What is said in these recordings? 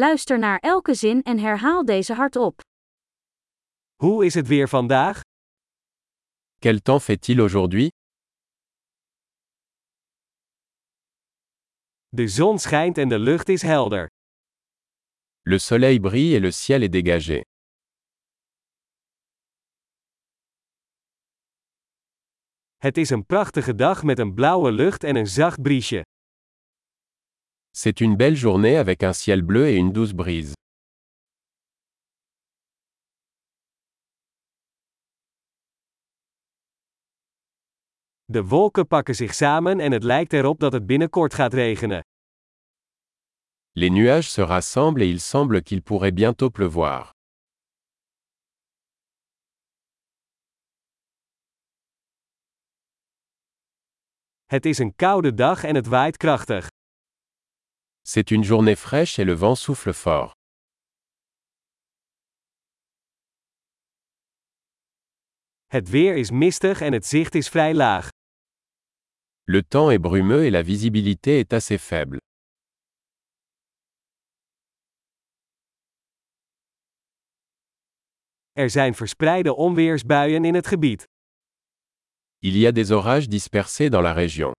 Luister naar elke zin en herhaal deze hardop. Hoe is het weer vandaag? Quel temps fait-il aujourd'hui De zon schijnt en de lucht is helder. Le soleil brille et le ciel est dégagé. Het is een prachtige dag met een blauwe lucht en een zacht briesje. C'est une belle journée avec un ciel bleu et une douce brise. De wolken pakken zich samen en het lijkt erop dat het binnenkort gaat regenen. Les nuages se rassemblent et il semble qu'il pourrait bientôt pleuvoir. Het is een koude dag en het waait krachtig. C'est une journée fraîche et le vent souffle fort. Het weer is mistig en het zicht is vrij laag. Le temps est brumeux et la visibilité est assez faible. Er zijn verspreide onweersbuien in het gebied. Il y a des orages dispersés dans la région.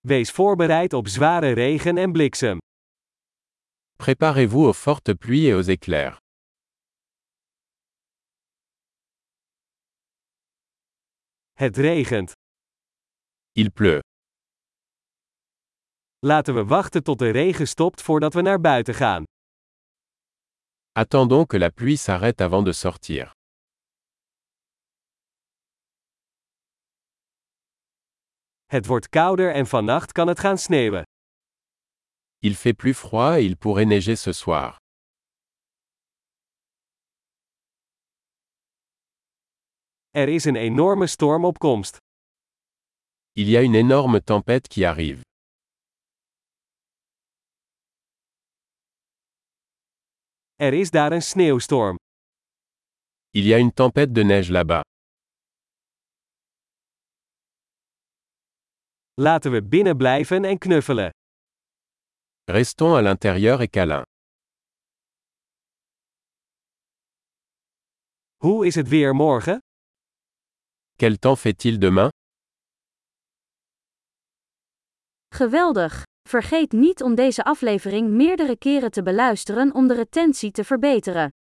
Wees voorbereid op zware regen en bliksem. Préparez-vous aux fortes pluies et aux éclairs. Het regent. Il pleut. Laten we wachten tot de regen stopt voordat we naar buiten gaan. Attendons que la pluie s'arrête avant de sortir. Het wordt kouder en vannacht kan het gaan sneeuwen. Il fait plus froid et il pourrait neiger ce soir. Er is een enorme storm op komst. Il y a une énorme tempête qui arrive. Er is daar een sneeuwstorm. Il y a une tempête de neige là-bas. Laten we binnen blijven en knuffelen. Restons à l'intérieur et câlin. Hoe is het weer morgen? Quel temps fait-il demain Geweldig! Vergeet niet om deze aflevering meerdere keren te beluisteren om de retentie te verbeteren.